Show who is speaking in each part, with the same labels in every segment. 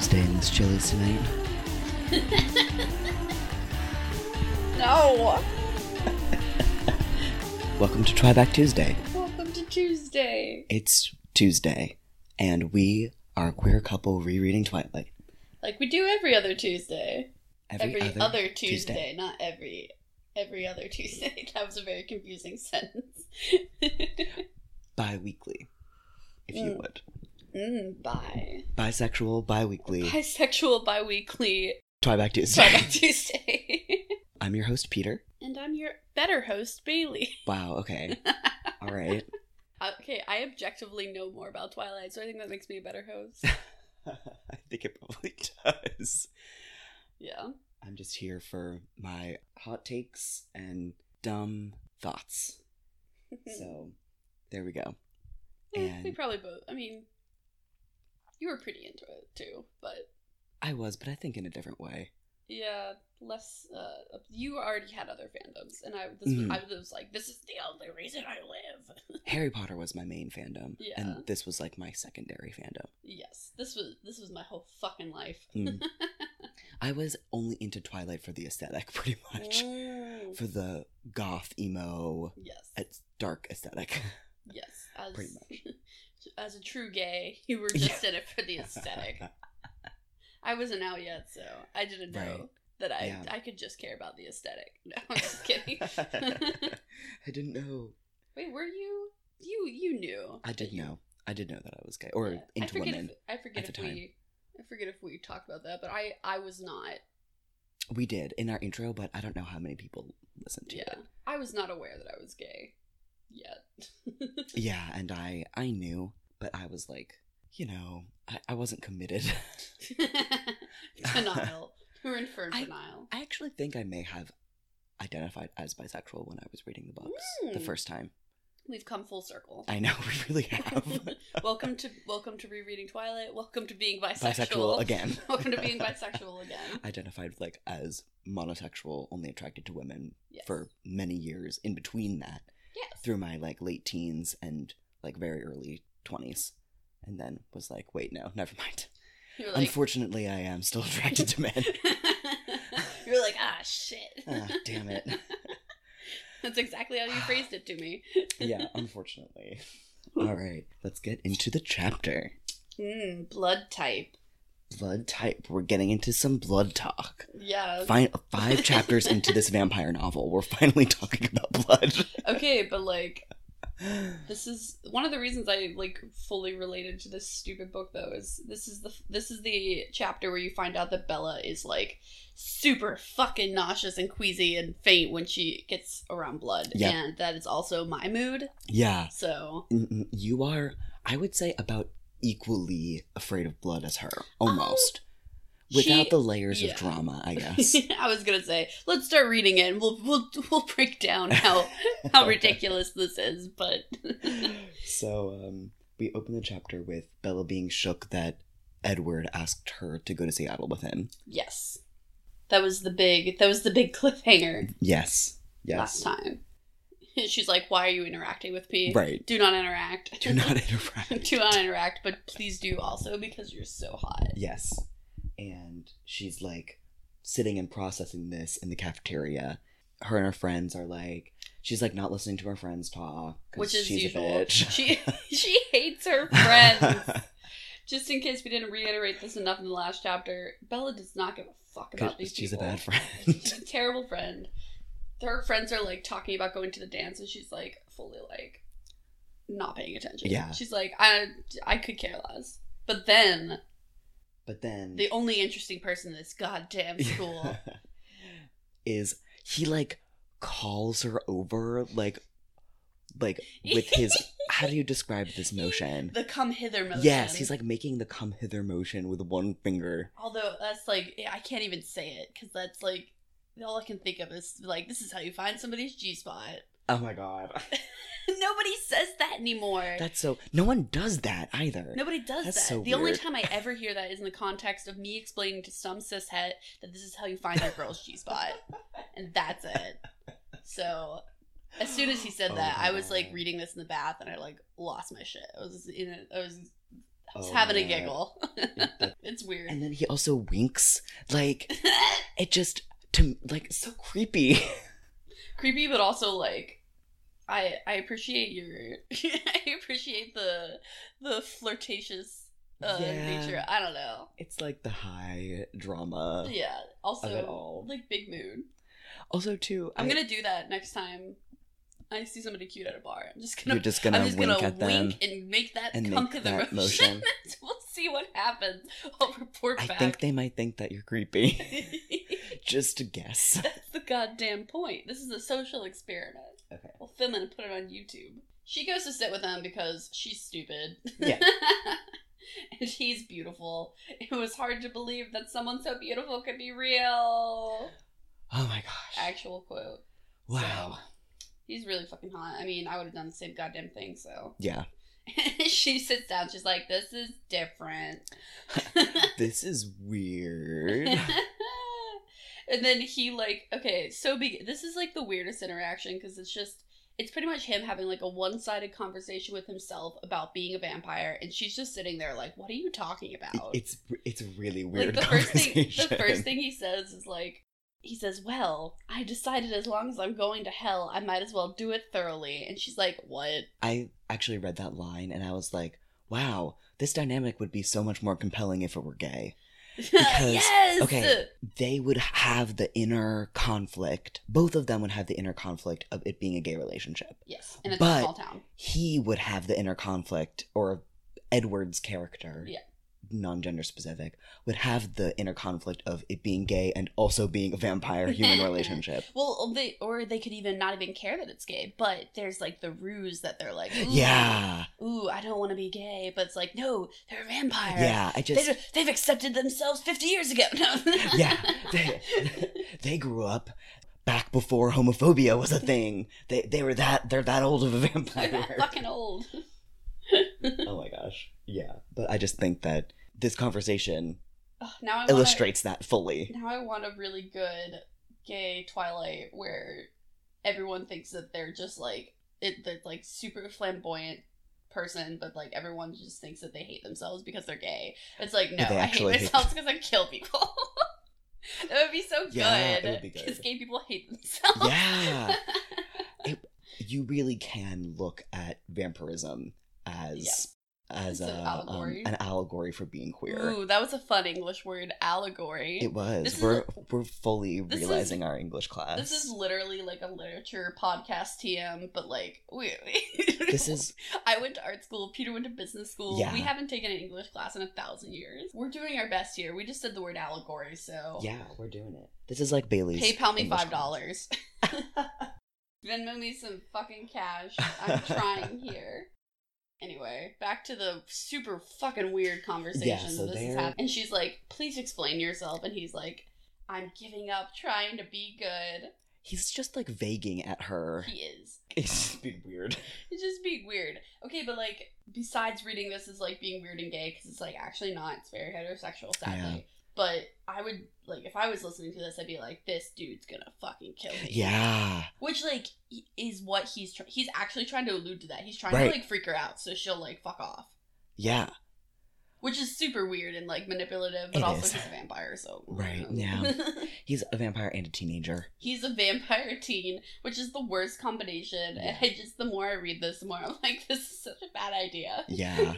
Speaker 1: stay in this Chili's tonight?
Speaker 2: No!
Speaker 1: Welcome to Try Back Tuesday.
Speaker 2: Welcome to Tuesday.
Speaker 1: It's Tuesday, and we are a queer couple rereading Twilight.
Speaker 2: Like we do every other Tuesday. Every, other, Tuesday, not every every other Tuesday. That was a very confusing sentence.
Speaker 1: Bi weekly, if you
Speaker 2: Mm.
Speaker 1: would.
Speaker 2: mm, bye.
Speaker 1: Bisexual, bi
Speaker 2: Mm.
Speaker 1: weekly,
Speaker 2: Bisexual bi-weekly
Speaker 1: Try Back Tuesday.
Speaker 2: Friday Tuesday.
Speaker 1: I'm your host, Peter.
Speaker 2: and I'm your better host, Bailey. Uh,
Speaker 1: Wow, okay. All right.
Speaker 2: Okay, I objectively know more about Twilight, so I think that makes me a better host.
Speaker 1: I think it probably does.
Speaker 2: Yeah.
Speaker 1: I'm just here for my hot takes and dumb thoughts.
Speaker 2: Mm.
Speaker 1: So there we go.
Speaker 2: Eh, we
Speaker 1: and-
Speaker 2: probably both. I mean, you were pretty into it too, but
Speaker 1: I was, but I think in a different way.
Speaker 2: Yeah, less. Uh, you already had other fandoms, and I this was,
Speaker 1: Mhm.
Speaker 2: I was like, this is the only reason I live.
Speaker 1: Harry Potter was my main fandom,
Speaker 2: Yeah.
Speaker 1: and this was like my secondary fandom.
Speaker 2: yes, this was this was my whole fucking life.
Speaker 1: Mm. I was only into Twilight for the aesthetic, pretty much.
Speaker 2: Mm.
Speaker 1: For the goth emo,
Speaker 2: yes,
Speaker 1: it's dark aesthetic.
Speaker 2: yes. As,
Speaker 1: pretty much.
Speaker 2: as a true gay, you were just in it for the aesthetic. I wasn't out yet, so I didn't know
Speaker 1: Right.
Speaker 2: that I
Speaker 1: Yeah.
Speaker 2: I could just care about the aesthetic. No, I'm just kidding.
Speaker 1: I didn't know.
Speaker 2: Wait, were you? You you knew.
Speaker 1: I did
Speaker 2: that you
Speaker 1: know. I did know that I was gay or
Speaker 2: Yeah. I
Speaker 1: into
Speaker 2: forget
Speaker 1: women.
Speaker 2: If, I forget
Speaker 1: at
Speaker 2: if
Speaker 1: the time.
Speaker 2: we I forget if we talked about that, but I I was not.
Speaker 1: We did in our intro, but I don't know how many people listened to
Speaker 2: Yeah,
Speaker 1: it.
Speaker 2: I was not aware that I was gay yet.
Speaker 1: Yeah, and I I knew, but I was like, you know, I, I wasn't committed.
Speaker 2: denial. You were in firm
Speaker 1: I-
Speaker 2: denial.
Speaker 1: I actually think I may have identified as bisexual when I was reading the books the
Speaker 2: Mm.
Speaker 1: first time.
Speaker 2: We've come full circle.
Speaker 1: I know we really have
Speaker 2: welcome to welcome to rereading Twilight. Welcome to being bisexual.
Speaker 1: bisexual again.
Speaker 2: welcome to being bisexual again.
Speaker 1: Identified like as monosexual, only attracted to women
Speaker 2: Yes.
Speaker 1: for many years in between that
Speaker 2: yes.
Speaker 1: through my like late teens and like very early 20s and then was like wait no never mind
Speaker 2: You're like
Speaker 1: unfortunately i am still attracted to men
Speaker 2: You're like ah shit.
Speaker 1: Ah, damn it.
Speaker 2: That's exactly how you phrased it to me.
Speaker 1: yeah unfortunately all right let's get into the chapter
Speaker 2: Mm, blood type.
Speaker 1: blood type we're getting into some blood talk
Speaker 2: Yeah.
Speaker 1: Fine, five chapters into this vampire novel we're finally talking about blood
Speaker 2: Okay, but like this is one of the reasons I like fully related to this stupid book though is this is the this is the chapter where you find out that Bella is like super fucking nauseous and queasy and faint when she gets around blood
Speaker 1: Yeah.
Speaker 2: and that is also my mood.
Speaker 1: yeah
Speaker 2: So
Speaker 1: Mm, you are i would say about equally afraid of blood as her almost without
Speaker 2: Oh, she-
Speaker 1: the layers
Speaker 2: yeah.
Speaker 1: of drama i guess
Speaker 2: I was gonna say, let's start reading it and we'll we'll we'll break down how how ridiculous this is, but
Speaker 1: so um, we open the chapter with Bella being shook that Edward asked her to go to Seattle with him.
Speaker 2: yes. That was the big that was the big cliffhanger.
Speaker 1: Yes. Yes.
Speaker 2: last time. She's like, "Why are you interacting with me?
Speaker 1: Right.
Speaker 2: Do not interact.
Speaker 1: Do not interrupt.
Speaker 2: do not interact, but please do also because you're so hot."
Speaker 1: yes. And she's like sitting and processing this in the cafeteria. Her and her friends are like, she's like not listening to her friends talk. 'cause
Speaker 2: Which is
Speaker 1: she's
Speaker 2: usual.
Speaker 1: a bitch.
Speaker 2: She she hates her friends. Just in case we didn't reiterate this enough in the last chapter, Bella does not give a fuck about
Speaker 1: 'Cause
Speaker 2: these
Speaker 1: she's a
Speaker 2: people.
Speaker 1: bad friend.
Speaker 2: She's a terrible friend. Her friends are like talking about going to the dance, and she's like fully like not paying attention.
Speaker 1: Yeah.
Speaker 2: she's like, "I I could care less." But then
Speaker 1: but then
Speaker 2: the only interesting person in this goddamn school.
Speaker 1: is he like calls her over like like with his how do you describe this motion?
Speaker 2: the come hither motion.
Speaker 1: Yes, he's like making the come hither motion with one finger.
Speaker 2: Although that's like I can't even say it because that's like all I can think of is like this is how you find somebody's G spot.
Speaker 1: Oh my god.
Speaker 2: Nobody says that anymore.
Speaker 1: That's so no one does that either.
Speaker 2: Nobody does
Speaker 1: That's
Speaker 2: that.
Speaker 1: so
Speaker 2: the only
Speaker 1: weird.
Speaker 2: time I ever hear that is in the context of me explaining to some cishet that this is how you find your girl's G spot, and that's it. So as soon as he said
Speaker 1: Oh
Speaker 2: that,
Speaker 1: my
Speaker 2: I was like
Speaker 1: God.
Speaker 2: reading this in the bath, and I like lost my shit. I was in, a, I was, I was
Speaker 1: Oh
Speaker 2: having
Speaker 1: my
Speaker 2: a giggle. it's weird.
Speaker 1: And then he also winks. Like it just to like so creepy.
Speaker 2: Creepy, but also like I I appreciate your I appreciate the the flirtatious uh,
Speaker 1: Yeah.
Speaker 2: nature. I don't know.
Speaker 1: It's like the high drama
Speaker 2: Yeah.
Speaker 1: of it
Speaker 2: Also,
Speaker 1: all.
Speaker 2: like big mood.
Speaker 1: Also, too,
Speaker 2: I'm
Speaker 1: I-
Speaker 2: gonna do that next time I see somebody cute at a bar. I'm just
Speaker 1: you're
Speaker 2: gonna.
Speaker 1: just gonna
Speaker 2: I'm just
Speaker 1: wink
Speaker 2: gonna
Speaker 1: at them
Speaker 2: wink and make that
Speaker 1: and
Speaker 2: come
Speaker 1: make
Speaker 2: to the
Speaker 1: that
Speaker 2: motion.
Speaker 1: motion.
Speaker 2: we'll see what happens. Oh, I'll report
Speaker 1: I
Speaker 2: back.
Speaker 1: think they might think that you're creepy. just to guess.
Speaker 2: That's the goddamn point. This is a social experiment.
Speaker 1: Okay.
Speaker 2: We'll film it and put it on YouTube. She goes to sit with him because she's stupid.
Speaker 1: Yeah.
Speaker 2: and he's beautiful. It was hard to believe that someone so beautiful could be real.
Speaker 1: Oh my gosh!
Speaker 2: Actual quote.
Speaker 1: wow.
Speaker 2: So, he's really fucking hot. I mean, I would have done the same goddamn thing, so.
Speaker 1: Yeah,
Speaker 2: she sits down. She's like, this is different.
Speaker 1: this is weird.
Speaker 2: and then he like okay so be- this is like the weirdest interaction because it's just it's pretty much him having like a one-sided conversation with himself about being a vampire and she's just sitting there like what are you talking
Speaker 1: It-
Speaker 2: about
Speaker 1: it's it's a really
Speaker 2: like
Speaker 1: weird.
Speaker 2: the first thing the
Speaker 1: conversation.
Speaker 2: first thing he says is like he says well i decided as long as i'm going to hell i might as well do it thoroughly and she's like what
Speaker 1: I actually read that line and I was like, wow, this dynamic would be so much more compelling if it were gay.
Speaker 2: yes
Speaker 1: okay. They would have the inner conflict. Both of them would have the inner conflict of it being a gay relationship.
Speaker 2: yes and it's
Speaker 1: But-
Speaker 2: a small town
Speaker 1: He would have the inner conflict, or Edward's character,
Speaker 2: Yeah.
Speaker 1: non gender specific, would have the inner conflict of it being gay and also being a vampire human relationship.
Speaker 2: Well, oh, they or they could even not even care that it's gay, but there's like the ruse that they're like, ooh,
Speaker 1: Yeah.
Speaker 2: ooh, I don't want to be gay, but it's like, no, they're a vampire.
Speaker 1: Yeah. I just.
Speaker 2: They, they've accepted themselves 50 years ago. No.
Speaker 1: yeah, they, they grew up back before homophobia was a thing. They they were that they're that old of a
Speaker 2: They're that
Speaker 1: vampire.
Speaker 2: fucking old.
Speaker 1: oh my gosh. Yeah, but I just think that this conversation
Speaker 2: Ugh, Now I wanna,
Speaker 1: illustrates that fully.
Speaker 2: Now I want a really good gay Twilight where everyone thinks that they're just like it. They're like super flamboyant person, but like everyone just thinks that they hate themselves because they're gay. It's like no,
Speaker 1: But they
Speaker 2: I hate
Speaker 1: actually hate
Speaker 2: myself because I kill people. that would be so good.
Speaker 1: Yeah, it would be good.
Speaker 2: Because gay people hate themselves.
Speaker 1: Yeah, you really can look at vampirism as as
Speaker 2: It's an
Speaker 1: a,
Speaker 2: allegory.
Speaker 1: Um, an allegory for being queer.
Speaker 2: Ooh, that was a fun English word, allegory.
Speaker 1: It
Speaker 2: This
Speaker 1: was.
Speaker 2: is
Speaker 1: We're we're fully
Speaker 2: this is-
Speaker 1: realizing our English class.
Speaker 2: this is literally like a literature podcast TM, but like we.
Speaker 1: this is
Speaker 2: I went to art school. Peter went to business school.
Speaker 1: Yeah.
Speaker 2: We haven't taken an English class in a thousand years. We're doing our best here. We just said the word allegory, so
Speaker 1: yeah, we're doing it. This is like Bailey's.
Speaker 2: PayPal me
Speaker 1: English
Speaker 2: five
Speaker 1: class.
Speaker 2: dollars. Venmo me some fucking cash. I'm trying here. Anyway, back to the super fucking weird conversation
Speaker 1: Yeah, so
Speaker 2: this is
Speaker 1: they're-
Speaker 2: happening. And she's like, "Please explain yourself," and he's like, "I'm giving up trying to be good."
Speaker 1: He's just like vaguing at her.
Speaker 2: He is.
Speaker 1: It's just been weird.
Speaker 2: It's just being weird. Okay, but like besides reading this as like being weird and gay because it's like actually not. It's very heterosexual, sadly. But I would like if I was listening to this, I'd be like, this dude's gonna fucking kill me.
Speaker 1: Yeah.
Speaker 2: Which like i- is what he's tr- he's actually trying to allude to that. He's trying
Speaker 1: Right.
Speaker 2: to like freak her out so she'll like fuck off,
Speaker 1: Yeah.
Speaker 2: which is super weird and like manipulative. But
Speaker 1: It
Speaker 2: also
Speaker 1: is.
Speaker 2: he's a vampire, so
Speaker 1: Right, yeah. He's a vampire and a teenager.
Speaker 2: he's a vampire teen, which is the worst combination. And I just the more I read this, the more I'm like, this is such a bad idea.
Speaker 1: Yeah.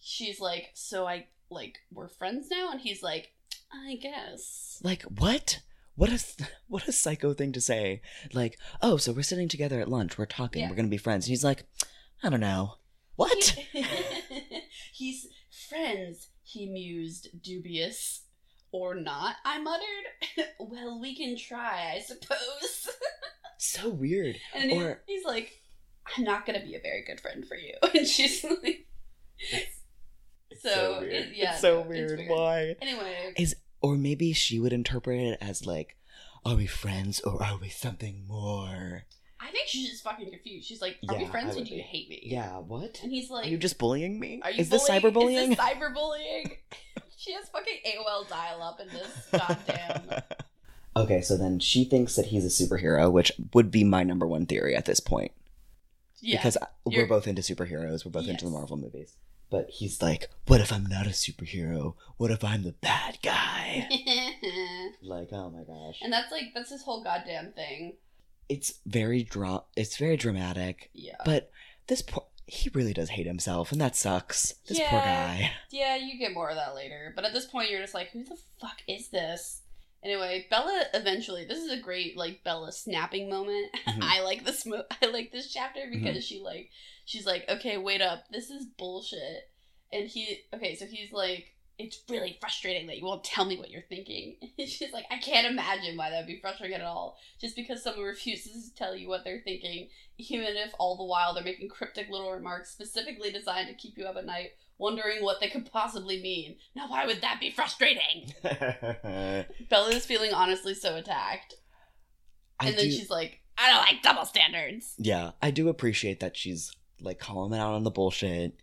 Speaker 2: she's like, so I like we're friends now, and he's like, I guess.
Speaker 1: like what? What a what a psycho thing to say. Like, oh, so we're sitting together at lunch, we're talking,
Speaker 2: Yeah.
Speaker 1: we're gonna be friends. And he's like, I don't know. What?
Speaker 2: he's friends. He mused, dubious. Or not, I muttered. well, we can try, I suppose.
Speaker 1: so weird.
Speaker 2: And he-
Speaker 1: Or-
Speaker 2: he's like, I'm not gonna be a very good friend for you. And she's like, so, it- yeah,
Speaker 1: it's so
Speaker 2: no, it's
Speaker 1: weird.
Speaker 2: weird.
Speaker 1: Why?
Speaker 2: anyway,
Speaker 1: Or maybe she would interpret it as like, are we friends or are we something more?
Speaker 2: I think she's just fucking confused. She's like, Are we
Speaker 1: Yeah, I
Speaker 2: friends or
Speaker 1: would
Speaker 2: do
Speaker 1: be.
Speaker 2: you hate me?
Speaker 1: Yeah, what?
Speaker 2: And he's like,
Speaker 1: are you just bullying me?
Speaker 2: Are you
Speaker 1: is this
Speaker 2: bullying-
Speaker 1: cyberbullying?
Speaker 2: Is this cyberbullying? she has fucking AOL dial up in this goddamn.
Speaker 1: Okay, so then she thinks that he's a superhero, which would be my number one theory at this point.
Speaker 2: Yeah.
Speaker 1: because I- we're
Speaker 2: you're-
Speaker 1: both into superheroes, we're both into the
Speaker 2: Yes.
Speaker 1: Marvel movies. But he's like, what if I'm not a superhero? What if I'm the bad guy? like, oh my gosh.
Speaker 2: and that's like that's his whole goddamn thing.
Speaker 1: It's very dra- it's very dramatic.
Speaker 2: Yeah.
Speaker 1: But this poor he really does hate himself and that sucks. This poor
Speaker 2: Yeah.
Speaker 1: guy.
Speaker 2: Yeah, you get more of that later. But at this point, you're just like, who the fuck is this? Anyway, Bella eventually. This is a great like Bella snapping moment.
Speaker 1: Mhm.
Speaker 2: I like this. Mo- I like this chapter because she like she's like, okay, wait up, this is bullshit. And he okay, so he's like, it's really frustrating that you won't tell me what you're thinking. And she's like, I can't imagine why that would be frustrating at all. Just because someone refuses to tell you what they're thinking, even if all the while they're making cryptic little remarks specifically designed to keep you up at night wondering what they could possibly mean. Now, why would that be frustrating? Bella is feeling honestly so attacked.
Speaker 1: I
Speaker 2: and then
Speaker 1: do,
Speaker 2: she's like, I don't like double standards.
Speaker 1: yeah, I do appreciate that she's like calling him out on the bullshit.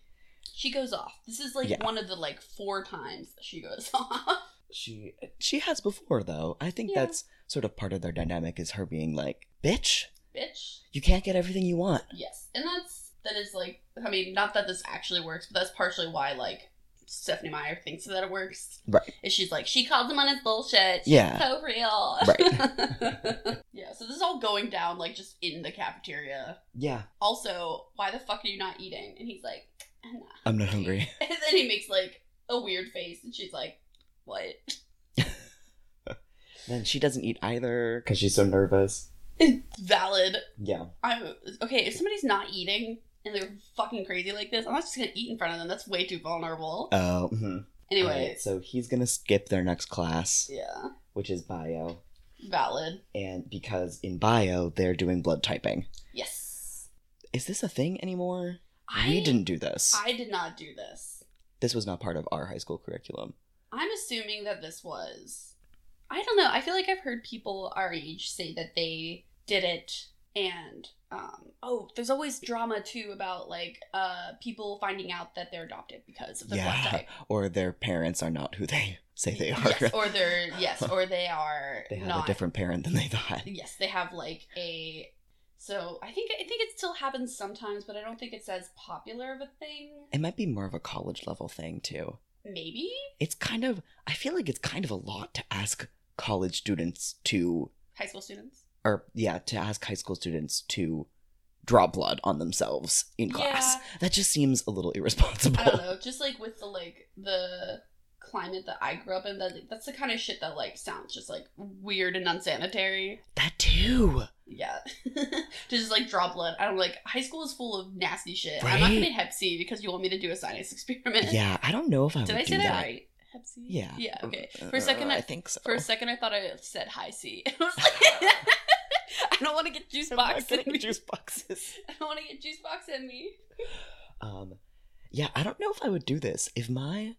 Speaker 2: She goes off. This is like
Speaker 1: Yeah.
Speaker 2: one of the like four times she goes off.
Speaker 1: She she has before though. I think
Speaker 2: Yeah.
Speaker 1: that's sort of part of their dynamic is her being like, "Bitch,
Speaker 2: Bitch.
Speaker 1: you can't get everything you want."
Speaker 2: Yes. And that's, that is like, I mean, not that this actually works, but that's partially why like Stephanie Meyer thinks that it works.
Speaker 1: Right.
Speaker 2: Is she's like, she calls him on his bullshit. She's
Speaker 1: Yeah.
Speaker 2: So real. Right. yeah. So this is all going down like just in the cafeteria.
Speaker 1: Yeah,
Speaker 2: also, why the fuck are you not eating? And he's like, I'm not.
Speaker 1: I'm not hungry.
Speaker 2: And then he makes like a weird face, and she's like, what?
Speaker 1: Then she doesn't eat either because she's so nervous.
Speaker 2: Valid.
Speaker 1: Yeah,
Speaker 2: I'm okay. If somebody's not eating and they're fucking crazy like this, I'm not just gonna eat in front of them. That's way too vulnerable.
Speaker 1: Oh. mhm.
Speaker 2: anyway,
Speaker 1: Alright, so he's gonna skip their next class,
Speaker 2: yeah,
Speaker 1: which is bio,
Speaker 2: valid.
Speaker 1: and because in bio they're doing blood typing.
Speaker 2: Yes.
Speaker 1: Is this a thing anymore?
Speaker 2: I
Speaker 1: we didn't do this.
Speaker 2: I did not do this.
Speaker 1: this was not part of our high school curriculum.
Speaker 2: I'm assuming that this was. I don't know. I feel like I've heard people our age say that they did it, and um, oh, there's always drama too about like uh, people finding out that they're adopted because of the
Speaker 1: Yeah.
Speaker 2: blood type.
Speaker 1: Or their parents are not who they say they are.
Speaker 2: Yes, or they're yes, or they are
Speaker 1: they have
Speaker 2: not.
Speaker 1: a different parent than they thought.
Speaker 2: Yes, they have like a. So I think I think it still happens sometimes, but I don't think it's as popular of a thing.
Speaker 1: It might be more of a college level thing too.
Speaker 2: Maybe
Speaker 1: It's kind of I feel like it's kind of a lot to ask college students to
Speaker 2: high school students.
Speaker 1: or yeah, to ask high school students to draw blood on themselves in class. That just seems a little irresponsible.
Speaker 2: I don't know, just like with the like the climate that I grew up in, that that's the kind of shit that like sounds just like weird and unsanitary.
Speaker 1: That too.
Speaker 2: Yeah, to just like draw blood. I don't like high school is full of nasty shit. I'm not gonna
Speaker 1: Right?
Speaker 2: be Hep C because you want me to do a sinus experiment.
Speaker 1: Yeah, I don't know if I
Speaker 2: did
Speaker 1: would
Speaker 2: I
Speaker 1: do
Speaker 2: say that,
Speaker 1: that.
Speaker 2: right? Hep C.
Speaker 1: Yeah.
Speaker 2: Yeah. Okay. For a second,
Speaker 1: Uh, I
Speaker 2: I,
Speaker 1: think so.
Speaker 2: for a second, I thought I said high C. I was like, I don't want to get juice
Speaker 1: I'm not
Speaker 2: box in
Speaker 1: getting
Speaker 2: me.
Speaker 1: juice boxes.
Speaker 2: I don't want to get juice box in me.
Speaker 1: Um, yeah, I don't know if I would do this. If my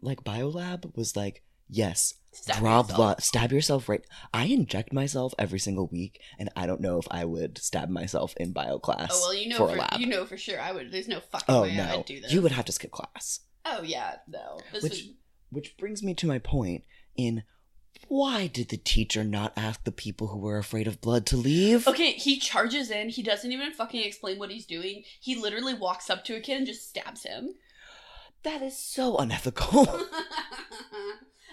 Speaker 1: like biolab was like, yes,
Speaker 2: Stab
Speaker 1: draw
Speaker 2: yourself.
Speaker 1: blood, stab yourself right. I inject myself every single week, and I don't know if I would stab myself in bio class.
Speaker 2: Oh well, you know
Speaker 1: for,
Speaker 2: for,
Speaker 1: a lab.
Speaker 2: you know for sure I would. There's no fucking
Speaker 1: oh
Speaker 2: way
Speaker 1: no,
Speaker 2: I'd do this.
Speaker 1: you would have to skip class.
Speaker 2: Oh yeah, no. This
Speaker 1: Which-
Speaker 2: is
Speaker 1: Which brings me to my point in why did the teacher not ask the people who were afraid of blood to leave?
Speaker 2: okay. He charges in. He doesn't even fucking explain what he's doing. He literally walks up to a kid and just stabs him.
Speaker 1: That is so unethical.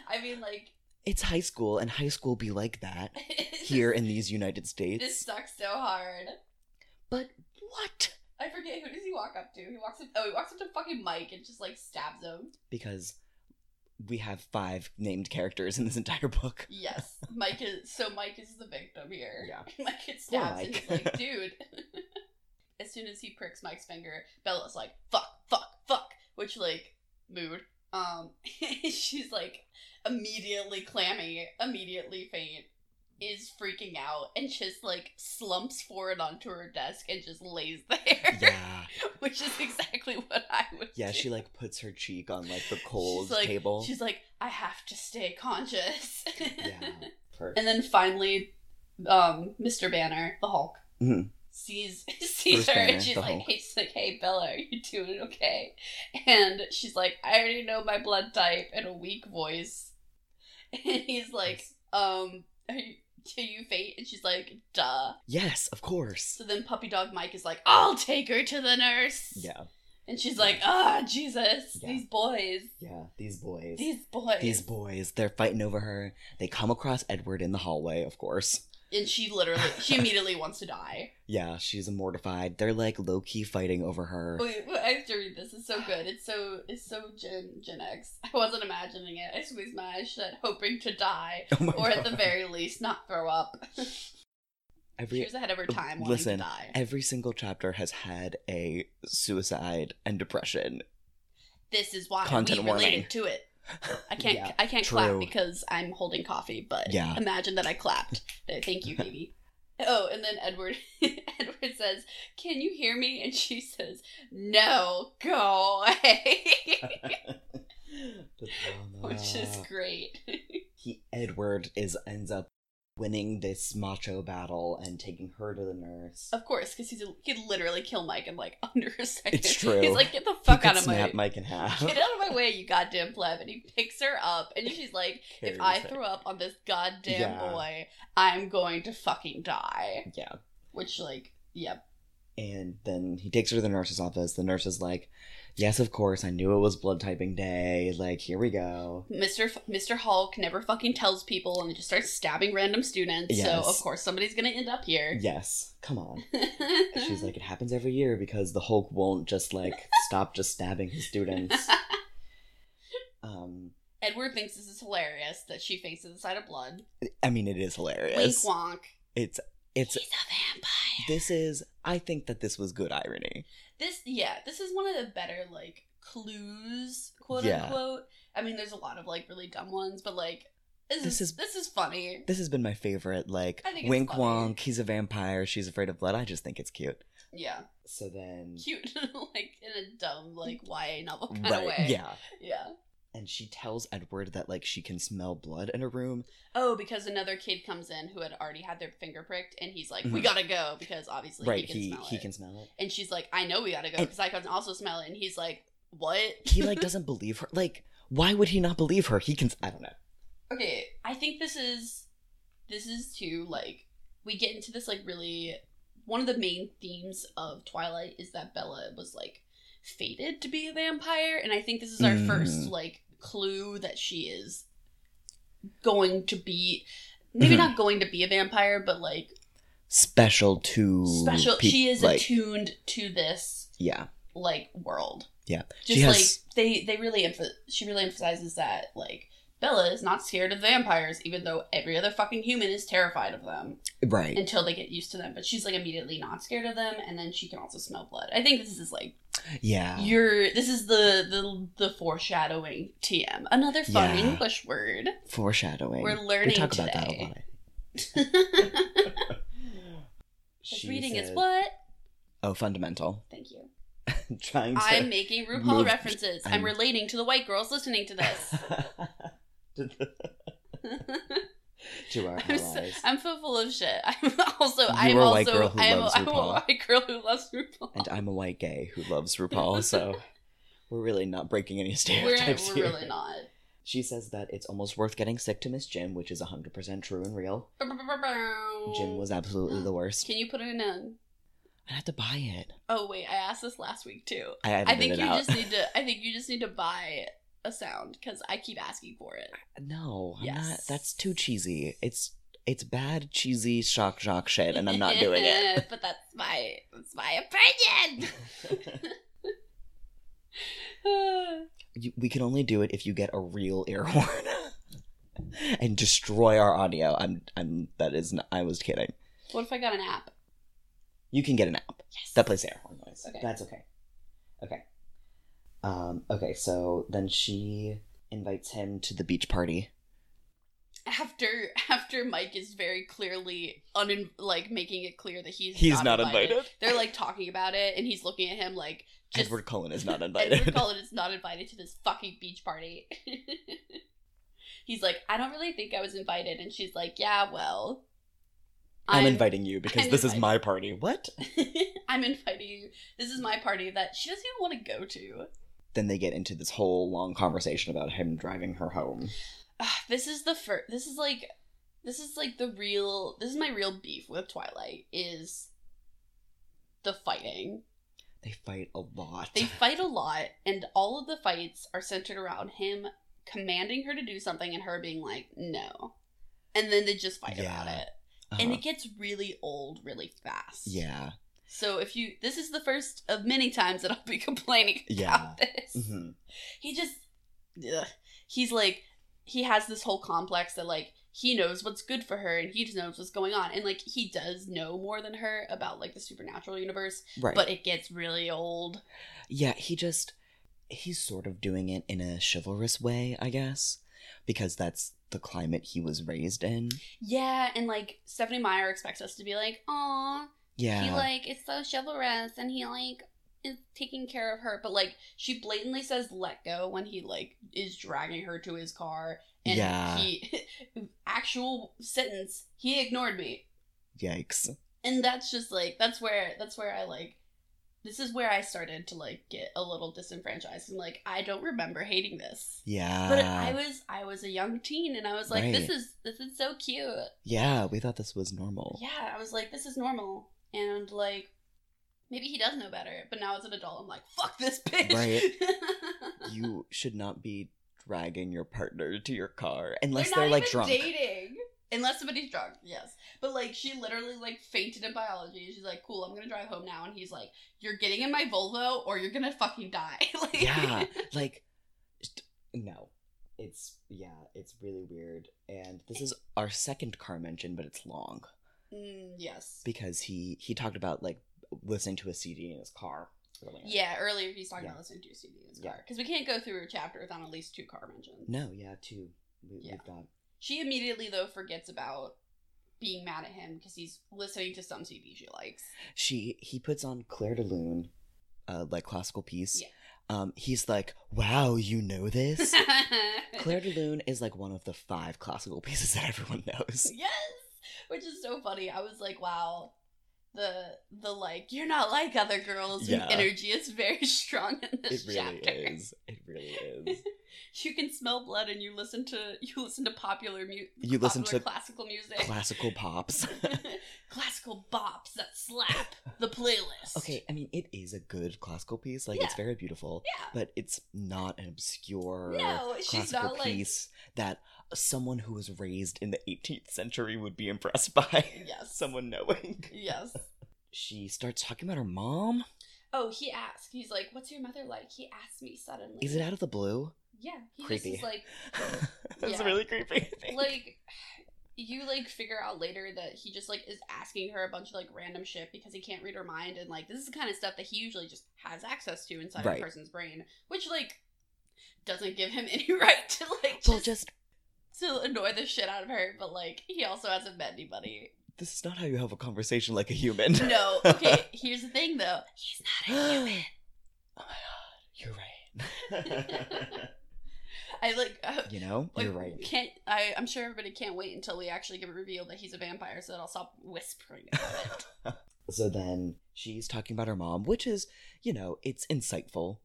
Speaker 2: I mean, like
Speaker 1: it's high school, and high school be like that here in these United States.
Speaker 2: This sucks so hard.
Speaker 1: But what?
Speaker 2: I forget who does he walk up to. He walks up. Oh, he walks up to fucking Mike and just like stabs him.
Speaker 1: Because we have five named characters in this entire book.
Speaker 2: Yes, Mike is. So Mike is the victim here.
Speaker 1: Yeah.
Speaker 2: Mike gets stabbed and
Speaker 1: Mike.
Speaker 2: he's like, dude. as soon as he pricks Mike's finger, Bella's like, fuck, fuck, fuck. Which like mood. Um she's like immediately clammy, immediately faint, is freaking out, and just like slumps forward onto her desk and just lays there.
Speaker 1: Yeah.
Speaker 2: Which is exactly what I would
Speaker 1: Yeah,
Speaker 2: do.
Speaker 1: she like puts her cheek on like the cold
Speaker 2: She's like-
Speaker 1: table.
Speaker 2: She's like, I have to stay conscious.
Speaker 1: yeah. Her-
Speaker 2: And then finally, um, Mr. Banner, the Hulk,
Speaker 1: Mhm.
Speaker 2: sees sees
Speaker 1: Bruce
Speaker 2: her,
Speaker 1: Banner,
Speaker 2: and she's
Speaker 1: the
Speaker 2: like,
Speaker 1: Hulk.
Speaker 2: hey, she's like, "Hey, Bella, are you doing okay?" And she's like, "I already know my blood type," in a weak voice, and he's like, "Um, are you, are you faint?" And she's like, "Duh."
Speaker 1: yes, of course.
Speaker 2: So then Puppy Dog Mike is like, "I'll take her to the nurse."
Speaker 1: Yeah.
Speaker 2: And she's like, ah, Jesus,
Speaker 1: Yeah.
Speaker 2: these boys,
Speaker 1: Yeah, these boys.
Speaker 2: these boys.
Speaker 1: These boys, they're fighting over her. They come across Edward in the hallway, of course.
Speaker 2: and she literally, she immediately wants to die.
Speaker 1: Yeah, she's mortified. They're like low key fighting over her.
Speaker 2: Wait, wait, I have to read this. It's so good. It's so, it's so Gen, Gen X. I wasn't imagining it. I squeezed my eyes shut, hoping to die,
Speaker 1: Oh my
Speaker 2: or at
Speaker 1: God.
Speaker 2: the very least, not throw up. she
Speaker 1: every
Speaker 2: was ahead of her time. wanting
Speaker 1: Listen,
Speaker 2: to die.
Speaker 1: every single chapter has had a suicide and depression.
Speaker 2: this is why
Speaker 1: Content
Speaker 2: we related
Speaker 1: warning.
Speaker 2: to it. I can't
Speaker 1: Yeah,
Speaker 2: I can't
Speaker 1: true.
Speaker 2: clap because I'm holding coffee, but
Speaker 1: Yeah.
Speaker 2: imagine that I clapped. Uh, Thank you, Phoebe. Oh, and then Edward Edward says, "Can you hear me?" and she says, "No, go away."
Speaker 1: The drama.
Speaker 2: Which is great.
Speaker 1: he Edward is ends up winning this macho battle and taking her to the nurse.
Speaker 2: of course, cuz he's a, he'd literally kill Mike in like under a second.
Speaker 1: It's true.
Speaker 2: He's like, "Get the
Speaker 1: He
Speaker 2: fuck
Speaker 1: could
Speaker 2: out of my
Speaker 1: snap Mike in half.
Speaker 2: Get out of my way, you goddamn pleb." And he picks her up and she's like,
Speaker 1: Carries
Speaker 2: if I
Speaker 1: her.
Speaker 2: throw up on this goddamn
Speaker 1: Yeah.
Speaker 2: boy, I'm going to fucking die.
Speaker 1: Yeah.
Speaker 2: Which, like, yep.
Speaker 1: And then he takes her to the nurse's office. The nurse is like, "Yes, of course. I knew it was blood typing day. Like, here we go."
Speaker 2: Mr. F- Mr. Hulk never fucking tells people and just starts stabbing random students.
Speaker 1: Yes.
Speaker 2: So of course somebody's gonna end up here.
Speaker 1: Yes, come on. She's like, it happens every year because the Hulk won't just like stop just stabbing his students. Um,
Speaker 2: Edward thinks this is hilarious that she faces the sight of blood.
Speaker 1: I mean, it is hilarious.
Speaker 2: Wink wonk.
Speaker 1: It's it's
Speaker 2: He's a vampire.
Speaker 1: this is. I think that this was good irony.
Speaker 2: This yeah, this is one of the better like clues, quote
Speaker 1: Yeah.
Speaker 2: unquote. I mean, there's a lot of like really dumb ones, but like this,
Speaker 1: This
Speaker 2: is,
Speaker 1: is-
Speaker 2: this is funny.
Speaker 1: This has been my favorite. Like
Speaker 2: I think it's
Speaker 1: wink
Speaker 2: funny.
Speaker 1: wonk. He's a vampire. She's afraid of blood. I just think it's cute.
Speaker 2: Yeah.
Speaker 1: So then,
Speaker 2: cute, like in a dumb, like YA novel kind of
Speaker 1: right?
Speaker 2: way.
Speaker 1: Yeah.
Speaker 2: yeah.
Speaker 1: And she tells Edward that like she can smell blood in a room.
Speaker 2: Oh, because another kid comes in who had already had their finger pricked, and he's like, "We
Speaker 1: Mhm.
Speaker 2: gotta go," because obviously
Speaker 1: right.
Speaker 2: he can
Speaker 1: He
Speaker 2: smell
Speaker 1: he
Speaker 2: it.
Speaker 1: can smell it.
Speaker 2: And she's like, "I know we gotta go because I can also smell it." And he's like, "What?"
Speaker 1: He like doesn't believe her. Like, why would he not believe her? He can. I don't know.
Speaker 2: okay, I think this is this is too like we get into this like really one of the main themes of Twilight is that Bella was like fated to be a vampire, and I think this is our
Speaker 1: Mm.
Speaker 2: first like clue that she is going to be maybe
Speaker 1: Mhm.
Speaker 2: not going to be a vampire, but like
Speaker 1: special to
Speaker 2: special.
Speaker 1: peop-
Speaker 2: she is
Speaker 1: like,
Speaker 2: attuned to this
Speaker 1: yeah
Speaker 2: like world.
Speaker 1: Yeah.
Speaker 2: Just
Speaker 1: She has-
Speaker 2: like they they really emph- she really emphasizes that like Bella is not scared of vampires even though every other fucking human is terrified of them
Speaker 1: right
Speaker 2: until they get used to them, but she's like immediately not scared of them and then she can also smell blood. I think this is like
Speaker 1: yeah
Speaker 2: your this is the the the foreshadowing TM. Another fun
Speaker 1: Yeah.
Speaker 2: English word.
Speaker 1: foreshadowing
Speaker 2: We're learning
Speaker 1: we talk
Speaker 2: today.
Speaker 1: about that a lot
Speaker 2: Because
Speaker 1: She
Speaker 2: reading is
Speaker 1: said-
Speaker 2: what?
Speaker 1: oh fundamental
Speaker 2: Thank you.
Speaker 1: trying to
Speaker 2: I'm making RuPaul
Speaker 1: move-
Speaker 2: references. I'm
Speaker 1: I'm-
Speaker 2: relating to the white girls listening to this.
Speaker 1: to, the- to our
Speaker 2: I'm,
Speaker 1: allies
Speaker 2: so, I'm so full of shit. I'm also.
Speaker 1: You
Speaker 2: I'm
Speaker 1: are a
Speaker 2: also.
Speaker 1: white girl who
Speaker 2: I'm,
Speaker 1: loves
Speaker 2: a, I'm a
Speaker 1: RuPaul.
Speaker 2: white girl who loves RuPaul.
Speaker 1: and I'm a white gay who loves RuPaul so we're really not breaking any
Speaker 2: We're, we're
Speaker 1: stereotypes here
Speaker 2: really not.
Speaker 1: she says that it's almost worth getting sick to Miss Jim which is 100% true and real Jim was absolutely the worst
Speaker 2: Can you put it in?
Speaker 1: I'd have to buy it
Speaker 2: Oh wait, I asked this last week too.
Speaker 1: I,
Speaker 2: I
Speaker 1: edited
Speaker 2: think
Speaker 1: it
Speaker 2: you
Speaker 1: out.
Speaker 2: just need to. I think you just need to buy a sound because I keep asking for it.
Speaker 1: No, I'm not.
Speaker 2: Yes.
Speaker 1: That's too cheesy. It's it's bad cheesy shock jock shit, and I'm not doing it.
Speaker 2: but that's my that's my opinion.
Speaker 1: You- we can only do it if you get a real air horn and destroy our audio. I'm I'm that is not, I was kidding.
Speaker 2: what if I got an app?
Speaker 1: You can get an app
Speaker 2: Yes.
Speaker 1: that plays air horn noise.
Speaker 2: Okay.
Speaker 1: That's okay. Okay. Um. Okay. So then she invites him to the beach party.
Speaker 2: after after Mike is very clearly unin- like making it clear that he's
Speaker 1: He's not invited.
Speaker 2: They're like talking about it, and he's looking at him like just
Speaker 1: Edward Cullen is not
Speaker 2: Edward
Speaker 1: invited.
Speaker 2: Cullen is not invited to this fucking beach party. he's like, I don't really think I was invited, and she's like, Yeah, well,
Speaker 1: I'm, inviting you because
Speaker 2: I'm
Speaker 1: this is
Speaker 2: invited.
Speaker 1: my party. What?
Speaker 2: I'm inviting you. This is my party that she doesn't even want to go to.
Speaker 1: Then they get into this whole long conversation about him driving her home.
Speaker 2: Ugh, this is the first this is like this is like the real this is my real beef with twilight is the fighting
Speaker 1: They fight a lot.
Speaker 2: They fight a lot, and all of the fights are centered around him commanding her to do something and her being like, no. And then they just fight about
Speaker 1: Yeah.
Speaker 2: it. And
Speaker 1: Uh-huh.
Speaker 2: it gets really old really fast.
Speaker 1: yeah.
Speaker 2: So if you, this is the first of many times that I'll be complaining
Speaker 1: Yeah.
Speaker 2: about this.
Speaker 1: hmm
Speaker 2: He just, ugh. he's like, he has this whole complex that like he knows what's good for her and he just knows what's going on and like he does know more than her about like the supernatural universe,
Speaker 1: Right.
Speaker 2: but it gets really old.
Speaker 1: yeah, he just he's sort of doing it in a chivalrous way, I guess, because that's the climate he was raised in.
Speaker 2: Yeah, and like Stephanie Meyer expects us to be like, "Aw,
Speaker 1: Yeah.
Speaker 2: he like is so chivalrous, and he like is taking care of her." But like, she blatantly says "let go" when he like is dragging her to his car, and
Speaker 1: Yeah.
Speaker 2: he actual sentence he ignored me,
Speaker 1: Yikes.
Speaker 2: and that's just like that's where that's where I like. This is where I started to like get a little disenfranchised and like I don't remember hating this.
Speaker 1: Yeah.
Speaker 2: But I was I was a young teen and I was like this
Speaker 1: Uh. Right.
Speaker 2: is this is so cute.
Speaker 1: yeah, we thought this was normal.
Speaker 2: Yeah, I was like, this is normal. And like, maybe he does know better, but now as an adult, I'm like, fuck this bitch.
Speaker 1: Right. You should not be dragging your partner to your car unless
Speaker 2: not
Speaker 1: they're, like
Speaker 2: even
Speaker 1: drunk.
Speaker 2: dating. Unless somebody's drunk, yes. But like, she literally like fainted in biology. and She's like, cool, I'm gonna drive home now. And he's like, you're getting in my Volvo or you're gonna fucking die. like,
Speaker 1: yeah, like just- no. It's yeah, it's really weird. And this is our second car mention, but it's long
Speaker 2: Mm, yes.
Speaker 1: because he he talked about like listening to a CD in his car. earlier.
Speaker 2: yeah, earlier he's talking
Speaker 1: Yeah.
Speaker 2: about listening to a CD in his
Speaker 1: Yeah.
Speaker 2: car. Because we can't go through a chapter without at least two car mentions.
Speaker 1: No, yeah, two. We,
Speaker 2: Yeah.
Speaker 1: We've got
Speaker 2: She immediately though forgets about being mad at him because he's listening to some CD she likes.
Speaker 1: she. He puts on Claire de Lune, uh, like classical piece.
Speaker 2: Yeah.
Speaker 1: Um, he's like, "Wow, you know this." Claire de Lune is like one of the five classical pieces that everyone knows.
Speaker 2: yes, which is so funny. I was like, wow, the the like you're not like other girls.
Speaker 1: Yeah.
Speaker 2: Energy is very strong in
Speaker 1: It
Speaker 2: this
Speaker 1: really
Speaker 2: chapter.
Speaker 1: is. It really is.
Speaker 2: You can smell blood, and you listen to you listen to popular music.
Speaker 1: You listen to
Speaker 2: classical music.
Speaker 1: classical pops.
Speaker 2: classical bops that slap the playlist.
Speaker 1: Okay, I mean it is a good classical piece. Like it's
Speaker 2: Yeah.
Speaker 1: very beautiful,
Speaker 2: Yeah.
Speaker 1: but it's not an obscure
Speaker 2: No, she's
Speaker 1: classical
Speaker 2: not like
Speaker 1: piece that someone who was raised in the 18th century would be impressed by.
Speaker 2: yes.
Speaker 1: someone knowing.
Speaker 2: Yes.
Speaker 1: She starts talking about her mom.
Speaker 2: Oh, he asked. He's like, "What's your mother like?" He asked me suddenly.
Speaker 1: Is it out of the blue?
Speaker 2: Yeah. He
Speaker 1: Creepy.
Speaker 2: Just is like,
Speaker 1: That's
Speaker 2: Yeah.
Speaker 1: really creepy. I think.
Speaker 2: like you like figure out later that he just like is asking her a bunch of like random shit because he can't read her mind and like this is the kind of stuff that he usually just has access to inside
Speaker 1: Right.
Speaker 2: a person's brain, which like doesn't give him any right to like
Speaker 1: well,
Speaker 2: just,
Speaker 1: just
Speaker 2: to annoy the shit out of her. But like he also hasn't met anybody.
Speaker 1: this is not how you have a conversation like a human.
Speaker 2: No. Okay. here's the thing though. He's not a human.
Speaker 1: Oh my god, you're right.
Speaker 2: I like. Uh,
Speaker 1: you know,
Speaker 2: Like,
Speaker 1: you're right.
Speaker 2: Can't I? I'm sure everybody can't wait until we actually get revealed that he's a vampire, so that I'll stop whispering about it.
Speaker 1: so then she's talking about her mom, which is, you know, it's insightful.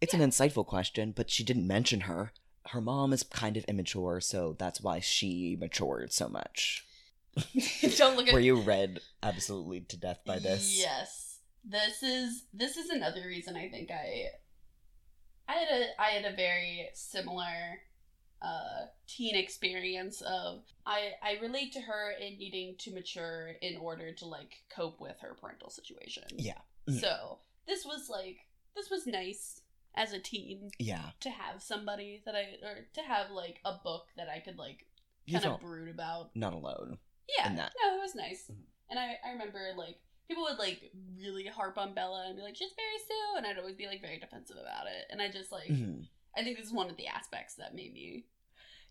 Speaker 1: It's an insightful question, but she didn't mention her. Her mom is kind of immature, so that's why she matured so much.
Speaker 2: Don't look at
Speaker 1: Were you read absolutely to death by this?
Speaker 2: Yes. This is this is another reason I think I I had a I had a very similar uh teen experience of I I relate to her in needing to mature in order to like cope with her parental situation.
Speaker 1: Yeah. Mhm.
Speaker 2: So, this was like this was nice as a teen
Speaker 1: Yeah.
Speaker 2: to have somebody that I or to have like a book that I could like
Speaker 1: You
Speaker 2: kind of
Speaker 1: felt
Speaker 2: brood about.
Speaker 1: not alone.
Speaker 2: Yeah.
Speaker 1: in that.
Speaker 2: No, it was nice.
Speaker 1: Mhm.
Speaker 2: And I, I remember like people would like really harp on Bella and be like, She's very Sue and I'd always be like very defensive about it. And I just like
Speaker 1: Mhm.
Speaker 2: I think this is one of the aspects that made me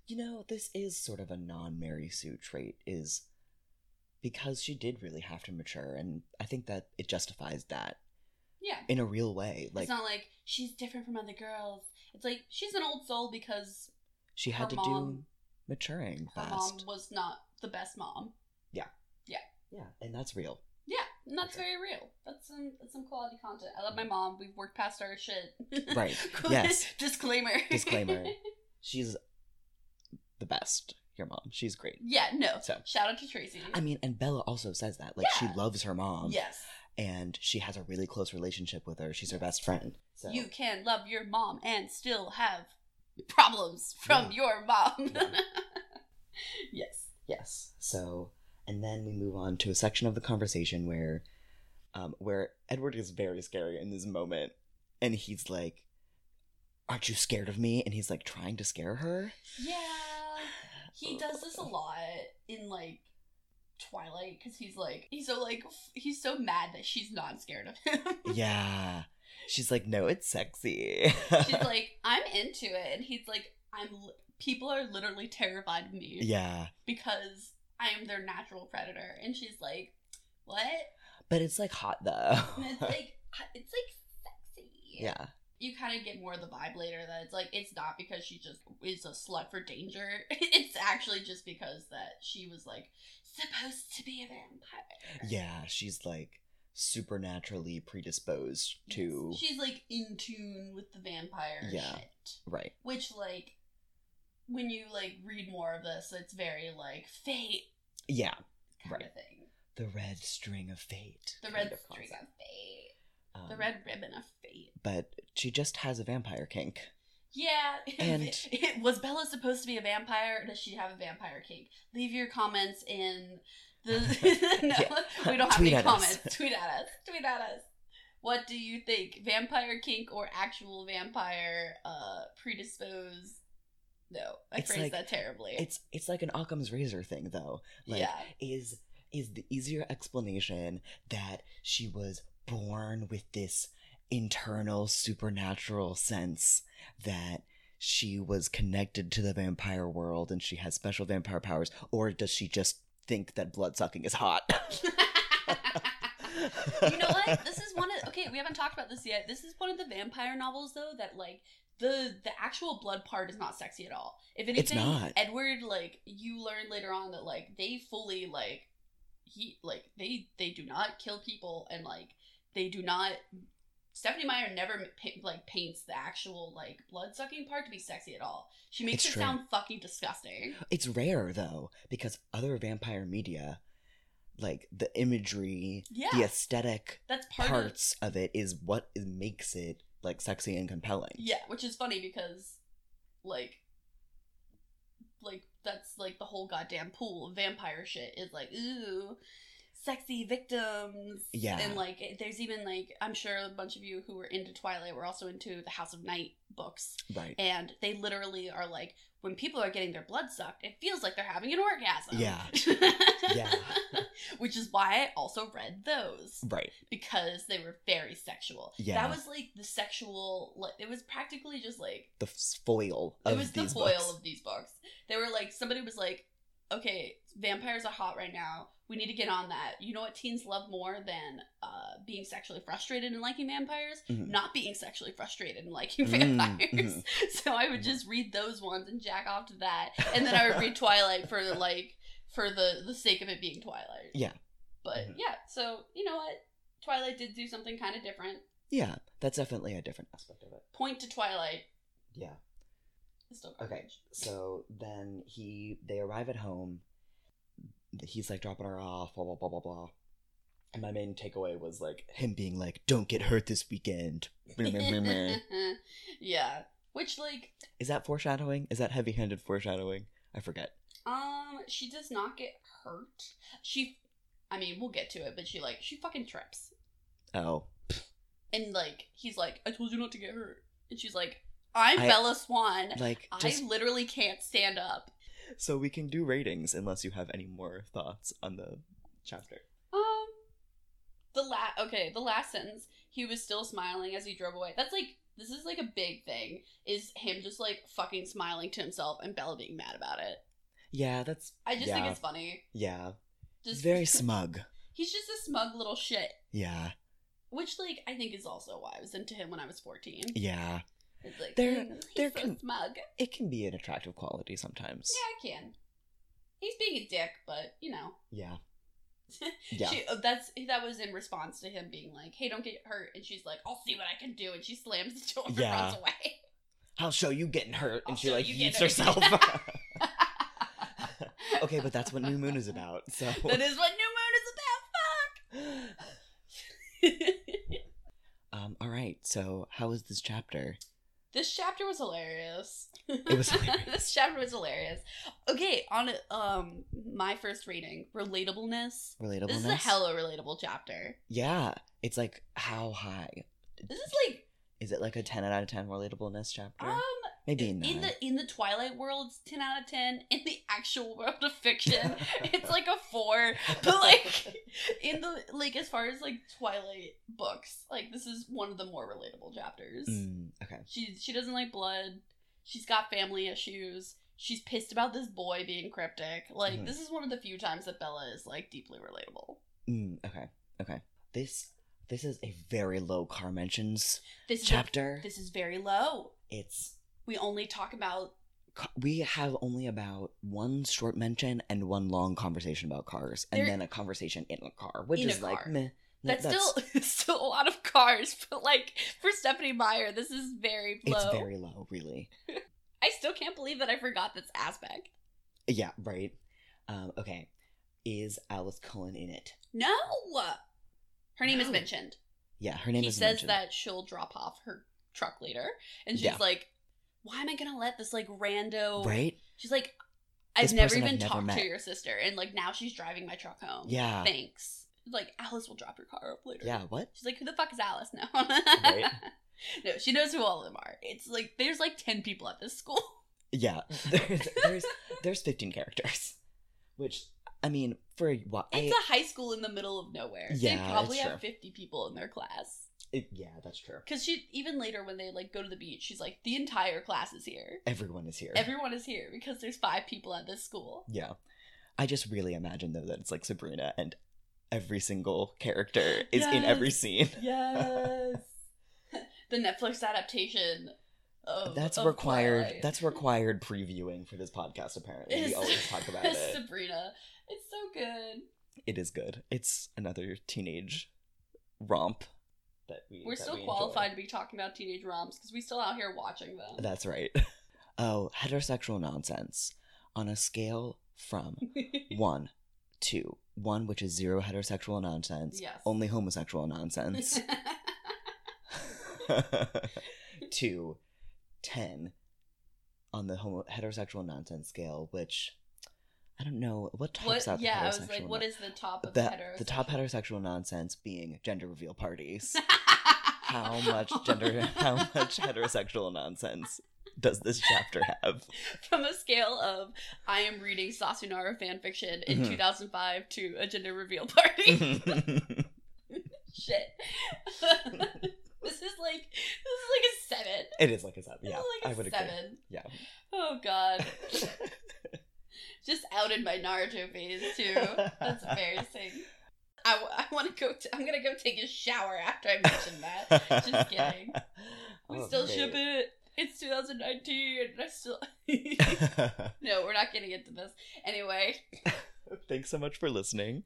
Speaker 1: You know, this is sort of a non Mary Sue trait, is because she did really have to mature, and I think that it justifies that
Speaker 2: Yeah.
Speaker 1: in a real way. Like
Speaker 2: it's not like she's different from other girls. It's like she's an old soul because
Speaker 1: she had
Speaker 2: her
Speaker 1: to do
Speaker 2: mom-
Speaker 1: maturing
Speaker 2: her
Speaker 1: fast.
Speaker 2: mom was not the best mom.
Speaker 1: Yeah, and that's real.
Speaker 2: Yeah, and that's
Speaker 1: Okay.
Speaker 2: very real. That's some that's some quality content. I love my mom. We've worked past our shit.
Speaker 1: Right. Yes.
Speaker 2: Disclaimer.
Speaker 1: Disclaimer. She's the best. Your mom, she's great.
Speaker 2: yeah, no.
Speaker 1: So-
Speaker 2: Shout out to Tracy.
Speaker 1: I mean, and Bella also says that like she
Speaker 2: Yeah.
Speaker 1: loves her mom,
Speaker 2: yes.
Speaker 1: and she has a really close relationship with her. She's her best friend. So
Speaker 2: You can love your mom and still have problems from your mom.
Speaker 1: Yeah.
Speaker 2: yes.
Speaker 1: Yes. So, and then we move on to a section of the conversation where, um, where Edward is very scary in this moment, and he's like, "Aren't you scared of me?" And he's like trying to scare her.
Speaker 2: Yeah. Uh. He does this a lot in like Twilight because he's like he's so like f- he's so mad that she's not scared of him.
Speaker 1: yeah. She's like, "No, it's sexy."
Speaker 2: She's like, I'm into it, and he's like, I'm. Li- people are literally terrified of me
Speaker 1: yeah,
Speaker 2: because I am their natural predator, and she's like, what?
Speaker 1: but it's like hot
Speaker 2: And it's
Speaker 1: though.
Speaker 2: like it's like sexy.
Speaker 1: yeah.
Speaker 2: You kind of get more of the vibe later that it's like it's not because she just is a slut for danger. It's actually just because that she was like supposed to be a vampire.
Speaker 1: Yeah, she's like supernaturally predisposed to
Speaker 2: She's like in tune with the vampire
Speaker 1: Yeah.
Speaker 2: shit.
Speaker 1: right.
Speaker 2: which like when you like read more of this it's very like fate
Speaker 1: Yeah,
Speaker 2: kind
Speaker 1: Right.
Speaker 2: of thing
Speaker 1: the red string of fate.
Speaker 2: the
Speaker 1: kind
Speaker 2: red
Speaker 1: of
Speaker 2: string
Speaker 1: concept.
Speaker 2: of fate the
Speaker 1: Um,
Speaker 2: red ribbon of fate
Speaker 1: But she just has a vampire kink.
Speaker 2: yeah
Speaker 1: And-
Speaker 2: was bella supposed to be a vampire or does she have a vampire kink leave your comments in the no,
Speaker 1: Yeah.
Speaker 2: we don't have
Speaker 1: Tweet
Speaker 2: any
Speaker 1: at us.
Speaker 2: comments tweet at us tweet at us what do you think vampire kink or actual vampire uh predispose no i
Speaker 1: It's
Speaker 2: phrased
Speaker 1: like-
Speaker 2: that terribly
Speaker 1: It's it's like an Occam's razor thing though. Like
Speaker 2: yeah
Speaker 1: is is the easier explanation that she was born with this internal supernatural sense that she was connected to the vampire world and she has special vampire powers or does she just think that blood sucking is hot?
Speaker 2: you know what? This is one of okay. We haven't talked about this yet. This is one of the vampire novels, though, that like the the actual blood part is not sexy at all. If anything,
Speaker 1: not.
Speaker 2: Edward like you learn later on that like they fully like he like they they do not kill people and like they do not. Stephanie Meyer never pa- like paints the actual like blood sucking part to be sexy at all. She makes
Speaker 1: It's
Speaker 2: it
Speaker 1: true.
Speaker 2: sound fucking disgusting.
Speaker 1: It's rare though because other vampire media like the imagery,
Speaker 2: Yeah,
Speaker 1: the aesthetic
Speaker 2: that's part of
Speaker 1: parts of it is what is- makes it like sexy and compelling.
Speaker 2: Yeah, which is funny because, like, like that's like the whole goddamn pool of vampire shit is like ooh, sexy victims.
Speaker 1: Yeah.
Speaker 2: and like it- there's even like I'm sure a bunch of you who were into Twilight were also into the House of Night books,
Speaker 1: Right.
Speaker 2: and they literally are like when people are getting their blood sucked, it feels like they're having an orgasm.
Speaker 1: Yeah.
Speaker 2: yeah. Which is why I also read those
Speaker 1: Right.
Speaker 2: because they were very sexual.
Speaker 1: Yeah.
Speaker 2: That was like the sexual like it was practically just like
Speaker 1: The f- foil
Speaker 2: it
Speaker 1: of
Speaker 2: was the
Speaker 1: these
Speaker 2: foil
Speaker 1: books.
Speaker 2: of these books. They were like somebody was like, "Okay, vampires are hot right now. We need to get on that." You know what teens love more than uh, being sexually frustrated and liking vampires?
Speaker 1: Mhm.
Speaker 2: Not being sexually frustrated and liking
Speaker 1: Mm,
Speaker 2: vampires.
Speaker 1: mhm.
Speaker 2: So I would just read those ones and jack off to that, and then I would read Twilight for like for the the sake of it being Twilight.
Speaker 1: Yeah.
Speaker 2: But
Speaker 1: Mhm.
Speaker 2: yeah, so you know what? Twilight did do something kind of different.
Speaker 1: Yeah, that's definitely a different aspect of it.
Speaker 2: Point to Twilight.
Speaker 1: Yeah.
Speaker 2: It's still
Speaker 1: Okay.
Speaker 2: garbage.
Speaker 1: So then he they arrive at home. He's like dropping her off, blah blah blah blah blah. And my main takeaway was like him being like, "Don't get hurt this weekend." Meh, meh, meh, meh.
Speaker 2: yeah. Which like
Speaker 1: Is that foreshadowing? Is that heavy-handed foreshadowing? I forget.
Speaker 2: um she does not get hurt. She I mean, we'll get to it, but she like she fucking trips.
Speaker 1: Oh,
Speaker 2: And like he's like, I told you not to get hurt. And she's like, I'm
Speaker 1: I-
Speaker 2: Bella Swan.
Speaker 1: like
Speaker 2: I
Speaker 1: just
Speaker 2: literally can't stand up.
Speaker 1: so we can do ratings unless you have any more thoughts on the chapter.
Speaker 2: Um the la okay, the last sentence, he was still smiling as he drove away. That's like this is like a big thing is him just like fucking smiling to himself and Bella being mad about it.
Speaker 1: Yeah, that's
Speaker 2: I just
Speaker 1: Yeah.
Speaker 2: think it's funny.
Speaker 1: yeah.
Speaker 2: Just
Speaker 1: Very smug.
Speaker 2: He's just a smug little shit,
Speaker 1: Yeah,
Speaker 2: which like I think is also why I was into him when I was fourteen.
Speaker 1: yeah.
Speaker 2: It's like
Speaker 1: They're-
Speaker 2: "Mm, he's
Speaker 1: they're
Speaker 2: so
Speaker 1: con-
Speaker 2: smug. Yeah,
Speaker 1: It can be an attractive quality sometimes.
Speaker 2: I can. He's being a dick, but you know,
Speaker 1: Yeah. Yeah.
Speaker 2: she, oh, that's that was in response to him being like, "Hey, don't get hurt," and she's like, "I'll see what I can do," and she slams the door
Speaker 1: Yeah.
Speaker 2: and runs away.
Speaker 1: I'll show you getting hurt.
Speaker 2: I'll
Speaker 1: And she
Speaker 2: show
Speaker 1: like
Speaker 2: you
Speaker 1: yeets
Speaker 2: getting hurt.
Speaker 1: herself. okay, but that's what New Moon is about. So
Speaker 2: That is what New Moon is about. Fuck.
Speaker 1: Um, all right. So, how was this chapter?
Speaker 2: this chapter was hilarious.
Speaker 1: It was hilarious.
Speaker 2: this chapter was hilarious. Okay, on um my first reading, relatableness.
Speaker 1: Relatable.
Speaker 2: This is a hella relatable chapter.
Speaker 1: Yeah, it's like how high
Speaker 2: This is like
Speaker 1: is it? Like a ten out of ten relatableness chapter?
Speaker 2: um
Speaker 1: Maybe
Speaker 2: in
Speaker 1: nine.
Speaker 2: the in the Twilight world, it's ten out of ten. In the actual world of fiction, it's like a four. But like in the like as far as like Twilight books, like this is one of the more relatable chapters.
Speaker 1: Mm, okay.
Speaker 2: She she doesn't like blood. She's got family issues. She's pissed about this boy being cryptic. Like
Speaker 1: Mhm.
Speaker 2: this is one of the few times that Bella is like deeply relatable.
Speaker 1: Mm, okay. Okay. This this is a very low car mentions
Speaker 2: This is
Speaker 1: chapter.
Speaker 2: this is very low.
Speaker 1: It's
Speaker 2: We only talk about
Speaker 1: ca- we have only about one short mention and one long conversation about cars, and
Speaker 2: There-
Speaker 1: then a conversation in a car, which
Speaker 2: In a
Speaker 1: is like
Speaker 2: car.
Speaker 1: meh.
Speaker 2: that's, still still a lot of cars, but like for Stephanie Meyer, this is very low.
Speaker 1: it's very low, really.
Speaker 2: I still can't believe that I forgot this aspect.
Speaker 1: Yeah, right. Um, okay, is Alice Cullen in it?
Speaker 2: No, her name is
Speaker 1: No.
Speaker 2: mentioned.
Speaker 1: Yeah, her name
Speaker 2: he
Speaker 1: is.
Speaker 2: says
Speaker 1: mentioned.
Speaker 2: that she'll drop off her truck later, and she's
Speaker 1: Yeah.
Speaker 2: like, "Why am I gonna let this like rando?"
Speaker 1: right.
Speaker 2: She's like,
Speaker 1: This
Speaker 2: "I've never
Speaker 1: person I've
Speaker 2: even
Speaker 1: never
Speaker 2: talked to
Speaker 1: met."
Speaker 2: your sister, and like now she's driving my truck home."
Speaker 1: Yeah.
Speaker 2: thanks. Like Alice will drop your car up later.
Speaker 1: Yeah. What?
Speaker 2: she's like, "Who the fuck is Alice now?"
Speaker 1: Right.
Speaker 2: No, she knows who all of them are. It's like there's like ten people at this school.
Speaker 1: Yeah, there's there's there's 15 characters, which I mean for a while, I,
Speaker 2: It's a high school in the middle of nowhere.
Speaker 1: Yeah,
Speaker 2: they
Speaker 1: that's
Speaker 2: probably
Speaker 1: true.
Speaker 2: have fifty people in their class.
Speaker 1: it- yeah, that's true.
Speaker 2: Because she even later when they like go to the beach, she's like, "The entire class is here."
Speaker 1: Everyone is here.
Speaker 2: Everyone is here because there's five people at this school.
Speaker 1: yeah, I just really imagine though that it's like Sabrina and every single character is in every
Speaker 2: Yes.
Speaker 1: scene.
Speaker 2: Yes. the Netflix adaptation of
Speaker 1: That's
Speaker 2: of
Speaker 1: required.
Speaker 2: Twilight.
Speaker 1: That's required previewing for this podcast. Apparently, we
Speaker 2: It's-
Speaker 1: always talk about it.
Speaker 2: Sabrina. It's so good.
Speaker 1: It is good. It's another teenage romp that we.
Speaker 2: We're
Speaker 1: that
Speaker 2: still
Speaker 1: we enjoy.
Speaker 2: qualified to be talking about teenage roms because we still out here watching them.
Speaker 1: That's right. Oh, heterosexual nonsense on a scale from one, two, one, which is zero heterosexual nonsense,
Speaker 2: yes.
Speaker 1: only homosexual nonsense, two, ten, on the homo- heterosexual nonsense scale, which I don't know what tops
Speaker 2: what?
Speaker 1: out the
Speaker 2: Yeah,
Speaker 1: heterosexual.
Speaker 2: I was like, what is the top
Speaker 1: non-
Speaker 2: of
Speaker 1: the, the top
Speaker 2: heterosexual?
Speaker 1: heterosexual nonsense being gender reveal parties. How much gender? How much heterosexual nonsense does this chapter have?
Speaker 2: From a scale of I am reading Sasunara fanfiction in
Speaker 1: Mhm.
Speaker 2: 2005 to a gender reveal party.
Speaker 1: Mm-hmm.
Speaker 2: Shit. this is like this is like a seven.
Speaker 1: it is like a seven.
Speaker 2: This
Speaker 1: Yeah,
Speaker 2: is
Speaker 1: I
Speaker 2: like a
Speaker 1: would
Speaker 2: seven.
Speaker 1: agree. Yeah.
Speaker 2: Oh god. Just outed my Naruto phase too. That's embarrassing. I, want to go. T- I'm gonna go take a shower after I mentioned that. Just kidding. We
Speaker 1: Oh,
Speaker 2: still
Speaker 1: man.
Speaker 2: ship it. It's 2019. I still. no, we're not getting into this anyway.
Speaker 1: Thanks so much for listening.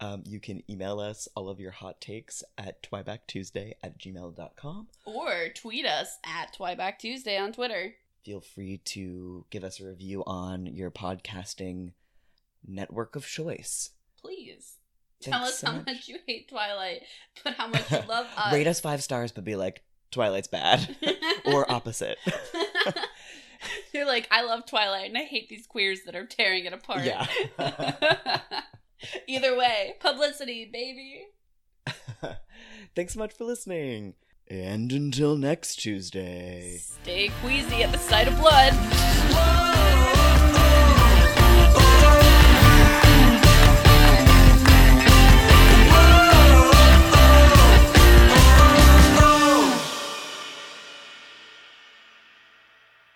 Speaker 1: Um, you can email us all of your hot takes at twybacktuesday at gmail.com.
Speaker 2: Or tweet us at Twyback Tuesday on Twitter.
Speaker 1: Feel free to give us a review on your podcasting network of choice.
Speaker 2: Please
Speaker 1: Thanks
Speaker 2: tell us
Speaker 1: so
Speaker 2: how much. you hate Twilight, but how much you love us.
Speaker 1: Rate us five stars, but be like, Twilight's bad. or opposite.
Speaker 2: You're like, I love Twilight and I hate these queers that are tearing it apart.
Speaker 1: Yeah.
Speaker 2: Either way, publicity, baby.
Speaker 1: Thanks so much for listening. And until next Tuesday.
Speaker 2: Stay queasy at the sight of blood.